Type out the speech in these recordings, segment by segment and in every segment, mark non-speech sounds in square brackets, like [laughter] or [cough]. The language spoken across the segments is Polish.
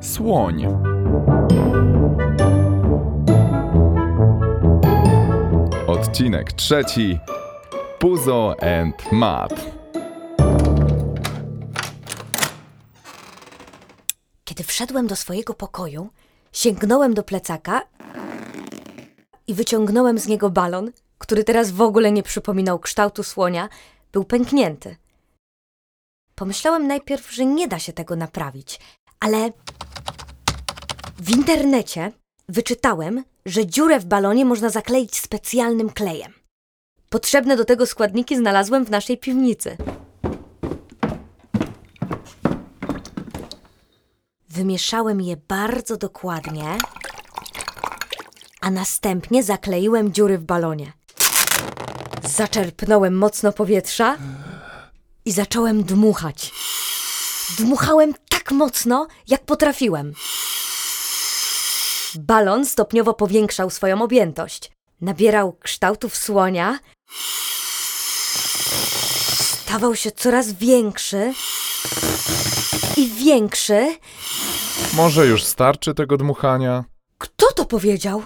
Słoń. Odcinek trzeci. Puzo and Mat. Kiedy wszedłem do swojego pokoju, sięgnąłem do plecaka i wyciągnąłem z niego balon, który teraz w ogóle nie przypominał kształtu słonia, był pęknięty. Pomyślałem najpierw, że nie da się tego naprawić, ale w internecie wyczytałem, że dziurę w balonie można zakleić specjalnym klejem. Potrzebne do tego składniki znalazłem w naszej piwnicy. Wymieszałem je bardzo dokładnie, a następnie zakleiłem dziury w balonie. Zaczerpnąłem mocno powietrza i zacząłem dmuchać. Dmuchałem tak mocno, jak potrafiłem. Balon stopniowo powiększał swoją objętość. Nabierał kształtów słonia. Stawał się coraz większy i większy. Może już starczy tego dmuchania? Kto to powiedział?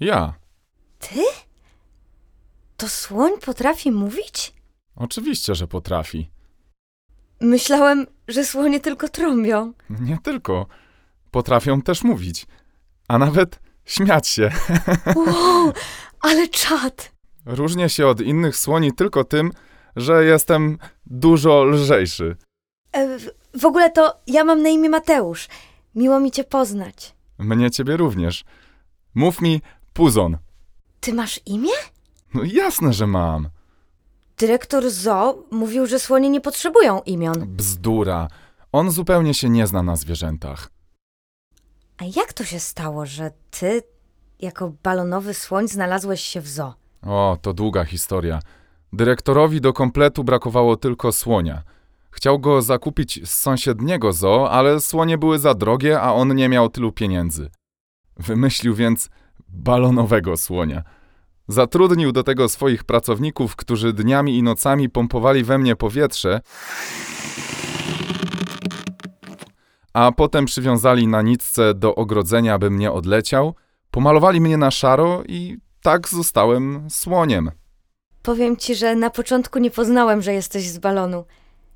Ja. Ty? To słoń potrafi mówić? Oczywiście, że potrafi. Myślałem, że słonie tylko trąbią. Nie tylko. Potrafią też mówić. A nawet śmiać się. Wow, ale czad! Różnię się od innych słoni tylko tym, że jestem dużo lżejszy. E, w- w ogóle to ja mam na imię Mateusz. Miło mi cię poznać. Mnie ciebie również. Mów mi Puzon. Ty masz imię? No jasne, że mam. Dyrektor Zo mówił, że słonie nie potrzebują imion. Bzdura. On zupełnie się nie zna na zwierzętach. A jak to się stało, że ty, jako balonowy słoń, znalazłeś się w Zo? O, to długa historia. Dyrektorowi do kompletu brakowało tylko słonia. Chciał go zakupić z sąsiedniego zoo, ale słonie były za drogie, a on nie miał tylu pieniędzy. Wymyślił więc balonowego słonia. Zatrudnił do tego swoich pracowników, którzy dniami i nocami pompowali we mnie powietrze, a potem przywiązali na nitce do ogrodzenia, by mnie odleciał, pomalowali mnie na szaro i tak zostałem słoniem. Powiem ci, że na początku nie poznałem, że jesteś z balonu.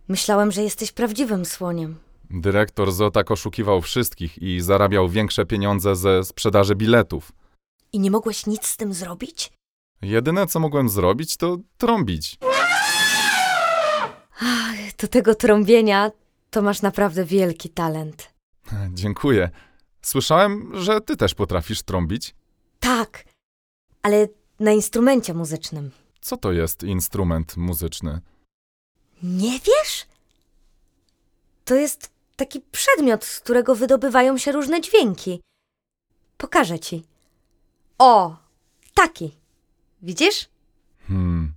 Myślałem, że jesteś prawdziwym słoniem. Dyrektor Zotak oszukiwał wszystkich i zarabiał większe pieniądze ze sprzedaży biletów. I nie mogłeś nic z tym zrobić? Jedyne, co mogłem zrobić, to trąbić. Do tego trąbienia to masz naprawdę wielki talent. Dziękuję. Słyszałem, że ty też potrafisz trąbić. Tak, ale na instrumencie muzycznym. Co to jest instrument muzyczny? Nie wiesz? To jest taki przedmiot, z którego wydobywają się różne dźwięki. Pokażę ci. O, taki. Widzisz? Hmm.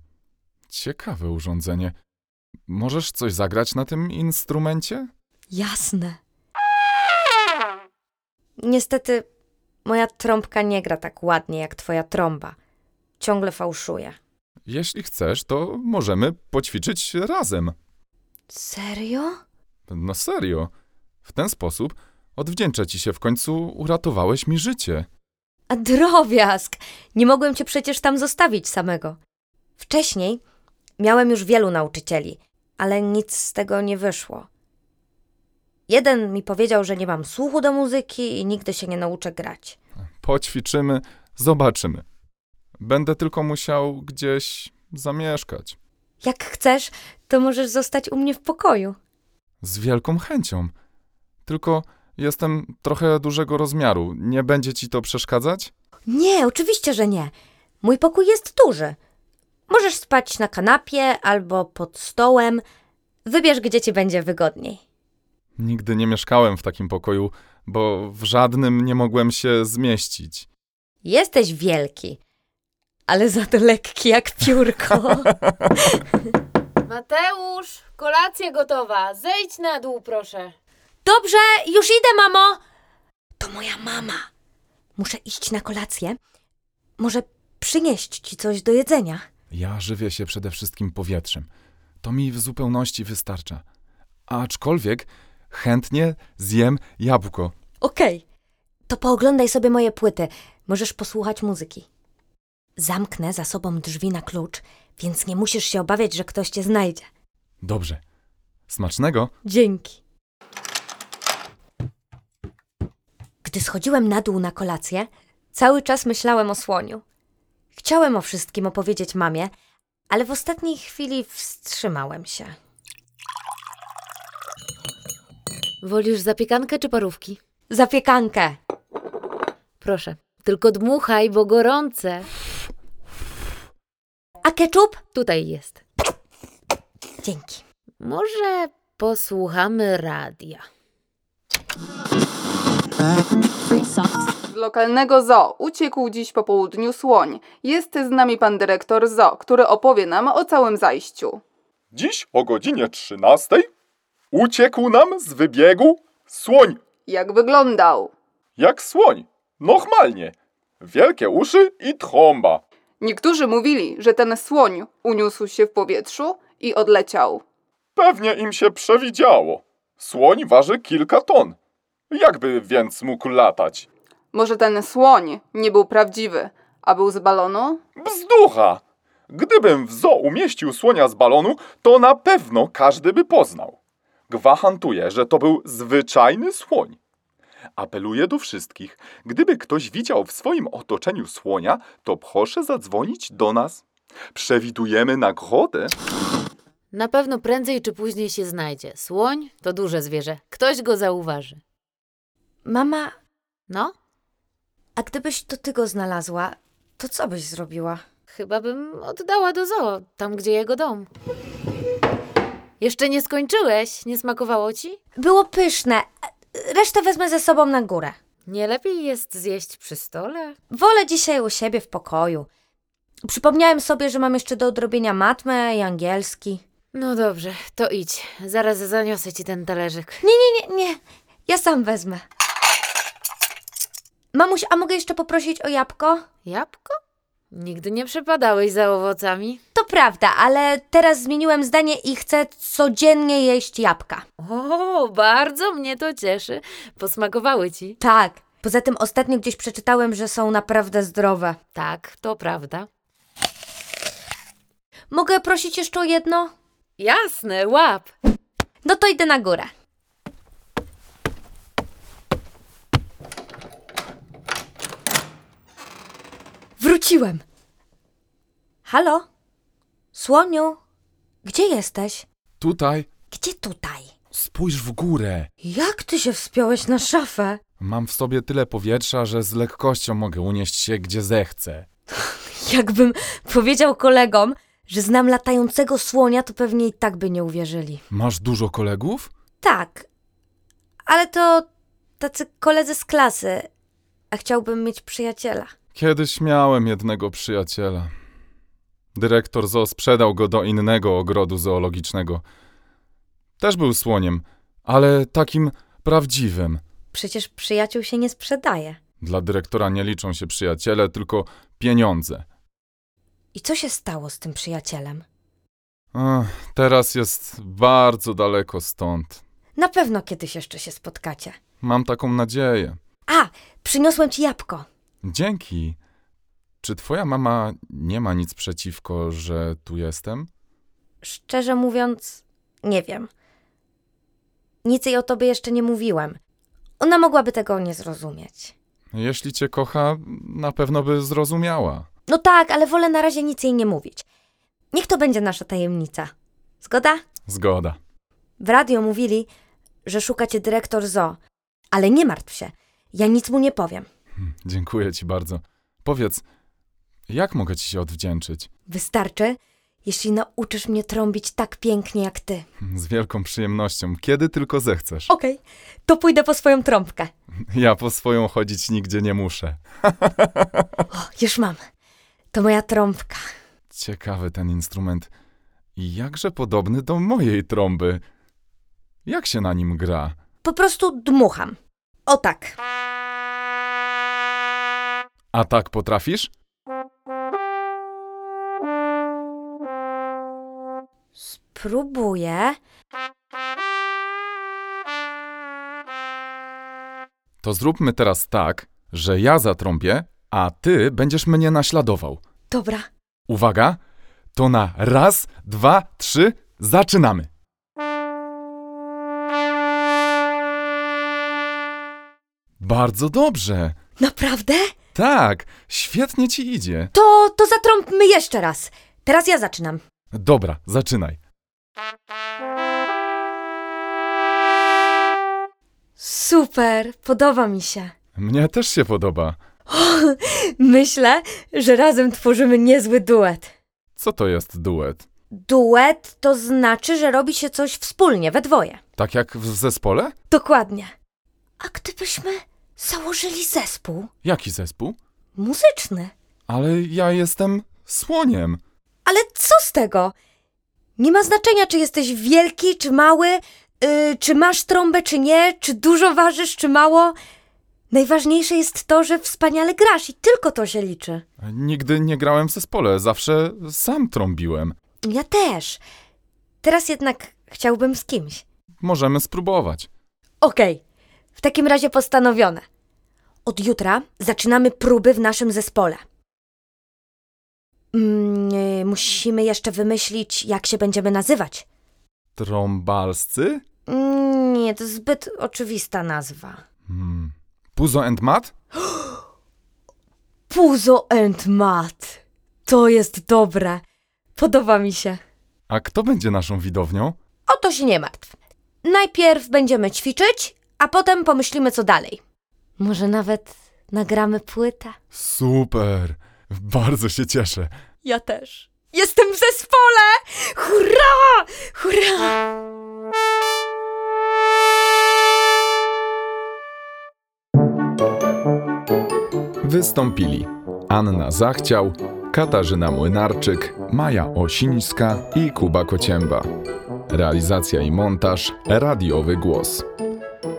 Ciekawe urządzenie. Możesz coś zagrać na tym instrumencie? Jasne. Niestety, moja trąbka nie gra tak ładnie jak twoja trąba. Ciągle fałszuje. Jeśli chcesz, to możemy poćwiczyć razem. Serio? No serio. W ten sposób odwdzięczę ci się w końcu, uratowałeś mi życie. A drobiazg! Nie mogłem cię przecież tam zostawić samego. Wcześniej miałem już wielu nauczycieli, ale nic z tego nie wyszło. Jeden mi powiedział, że nie mam słuchu do muzyki i nigdy się nie nauczę grać. Poćwiczymy, zobaczymy. Będę tylko musiał gdzieś zamieszkać. Jak chcesz, to możesz zostać u mnie w pokoju. Z wielką chęcią. Tylko jestem trochę dużego rozmiaru. Nie będzie ci to przeszkadzać? Nie, oczywiście, że nie. Mój pokój jest duży. Możesz spać na kanapie albo pod stołem. Wybierz, gdzie ci będzie wygodniej. Nigdy nie mieszkałem w takim pokoju, bo w żadnym nie mogłem się zmieścić. Jesteś wielki, ale za to lekki jak piórko. Mateusz, kolacja gotowa. Zejdź na dół, proszę. [laughs] Dobrze, już idę, mamo! To moja mama. Muszę iść na kolację. Może przynieść ci coś do jedzenia. Ja żywię się przede wszystkim powietrzem. To mi w zupełności wystarcza. Aczkolwiek chętnie zjem jabłko. Okej, to pooglądaj sobie moje płyty. Możesz posłuchać muzyki. Zamknę za sobą drzwi na klucz, więc nie musisz się obawiać, że ktoś cię znajdzie. Dobrze. Smacznego. Dzięki. Gdy schodziłem na dół na kolację, cały czas myślałem o słoniu. Chciałem o wszystkim opowiedzieć mamie, ale w ostatniej chwili wstrzymałem się. Wolisz zapiekankę czy parówki? Zapiekankę! Proszę, tylko dmuchaj, bo gorące. A ketchup? Tutaj jest. Dzięki. Może posłuchamy radia. Z lokalnego zoo uciekł dziś po południu słoń. Jest z nami pan dyrektor zoo, który opowie nam o całym zajściu. Dziś o godzinie 13 uciekł nam z wybiegu słoń. Jak wyglądał? Jak słoń. Normalnie. Wielkie uszy i trąba. Niektórzy mówili, że ten słoń uniósł się w powietrzu i odleciał. Pewnie im się przewidziało. Słoń waży kilka ton. Jakby więc mógł latać? Może ten słoń nie był prawdziwy, a był z balonu? Bzducha! Gdybym w zoo umieścił słonia z balonu, to na pewno każdy by poznał. Gwahantuje, że to był zwyczajny słoń. Apeluję do wszystkich, gdyby ktoś widział w swoim otoczeniu słonia, to proszę zadzwonić do nas. Przewidujemy nagrodę. Na pewno prędzej czy później się znajdzie. Słoń to duże zwierzę. Ktoś go zauważy. Mama, No, a gdybyś to ty go znalazła, to co byś zrobiła? chyba bym oddała do zoo, tam gdzie jego dom. Jeszcze nie skończyłeś? Nie smakowało ci? Było pyszne. Resztę wezmę ze sobą na górę. Nie lepiej jest zjeść przy stole? Wolę dzisiaj u siebie w pokoju. Przypomniałem sobie, że mam jeszcze do odrobienia matmę i angielski. No dobrze, to idź. Zaraz zaniosę ci ten talerzyk. Nie, nie, ja sam wezmę. Mamuś, a mogę jeszcze poprosić o jabłko? Jabłko? Nigdy nie przepadałeś za owocami. To prawda, ale teraz zmieniłem zdanie i chcę codziennie jeść jabłka. O, bardzo mnie to cieszy. Posmakowały ci. Tak. Poza tym ostatnio gdzieś przeczytałem, że są naprawdę zdrowe. Tak, to prawda. Mogę prosić jeszcze o jedno? Jasne, łap. No to idę na górę. Wróciłem. Halo? Słoniu, gdzie jesteś? Tutaj Gdzie tutaj? spójrz w górę. Jak ty się wspiąłeś na szafę? Mam w sobie tyle powietrza, że z lekkością mogę unieść się gdzie zechcę. Jakbym powiedział kolegom, że znam latającego słonia, to pewnie i tak by nie uwierzyli. Masz dużo kolegów? Tak, ale to tacy koledzy z klasy, a chciałbym mieć przyjaciela. Kiedyś miałem jednego przyjaciela. Dyrektor zoo sprzedał go do innego ogrodu zoologicznego. Też był słoniem, ale takim prawdziwym. Przecież przyjaciół się nie sprzedaje. Dla dyrektora nie liczą się przyjaciele, tylko pieniądze. I co się stało z tym przyjacielem? Ach, teraz jest bardzo daleko stąd. Na pewno kiedyś jeszcze się spotkacie. Mam taką nadzieję. A, przyniosłem ci jabłko. Dzięki. Czy twoja mama nie ma nic przeciwko, że tu jestem? Szczerze mówiąc, nie wiem. Nic jej o tobie jeszcze nie mówiłem. Ona mogłaby tego nie zrozumieć. Jeśli cię kocha, na pewno by zrozumiała. No tak, ale wolę na razie nic jej nie mówić. Niech to będzie nasza tajemnica. Zgoda? Zgoda. W radio mówili, że szuka cię dyrektor zoo. Ale nie martw się, ja nic mu nie powiem. Dziękuję ci bardzo. Powiedz, jak mogę ci się odwdzięczyć? Wystarczy, jeśli nauczysz mnie trąbić tak pięknie jak ty. Z wielką przyjemnością, kiedy tylko zechcesz. Okej, to pójdę po swoją trąbkę. Ja po swoją chodzić nigdzie nie muszę. O, już mam. To moja trąbka. Ciekawy ten instrument. I jakże podobny do mojej trąby. Jak się na nim gra? Po prostu dmucham. O tak. A tak potrafisz? Spróbuję. To zróbmy teraz tak, że ja zatrąbię, a ty będziesz mnie naśladował. Dobra. Uwaga, to na raz, dwa, trzy, zaczynamy. Bardzo dobrze. Naprawdę? Tak, świetnie ci idzie. To, to zatrąbmy jeszcze raz. Teraz ja zaczynam. Dobra, zaczynaj. Super, podoba mi się. Mnie też się podoba. Myślę, że razem tworzymy niezły duet. Co to jest duet? Duet to znaczy, że robi się coś wspólnie, we dwoje. Tak jak w zespole? Dokładnie. A gdybyśmy założyli zespół Jaki zespół? muzyczny? Ale ja jestem słoniem. Ale co z tego? Nie ma znaczenia, czy jesteś wielki, czy mały, yy, czy masz trąbę, czy nie, czy dużo ważysz, czy mało. Najważniejsze jest to, że wspaniale grasz i tylko to się liczy. Nigdy nie grałem w zespole, zawsze sam trąbiłem. Ja też. Teraz jednak chciałbym z kimś. Możemy spróbować. Okej, w takim razie postanowione. Od jutra zaczynamy próby w naszym zespole. Mm, yy, musimy jeszcze wymyślić, jak się będziemy nazywać. Trąbalscy? Mm, nie, to zbyt oczywista nazwa. Hmm. Puzo and Mat? Puzo and Mat. To jest dobre. Podoba mi się. A kto będzie naszą widownią? O to się nie martw. Najpierw będziemy ćwiczyć, a potem pomyślimy, co dalej. Może nawet nagramy płytę? Super! Bardzo się cieszę. Ja też. Jestem w zespole! Hurra! Hurra! Wystąpili Anna Zachciał, Katarzyna Młynarczyk, Maja Osińska i Kuba Kocięba. Realizacja i montaż Radiowy Głos.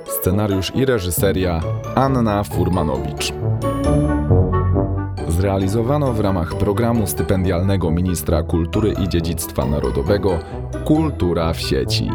Scenariusz i reżyseria Anna Furmanowicz. Zrealizowano w ramach programu stypendialnego Ministra Kultury i Dziedzictwa Narodowego Kultura w sieci.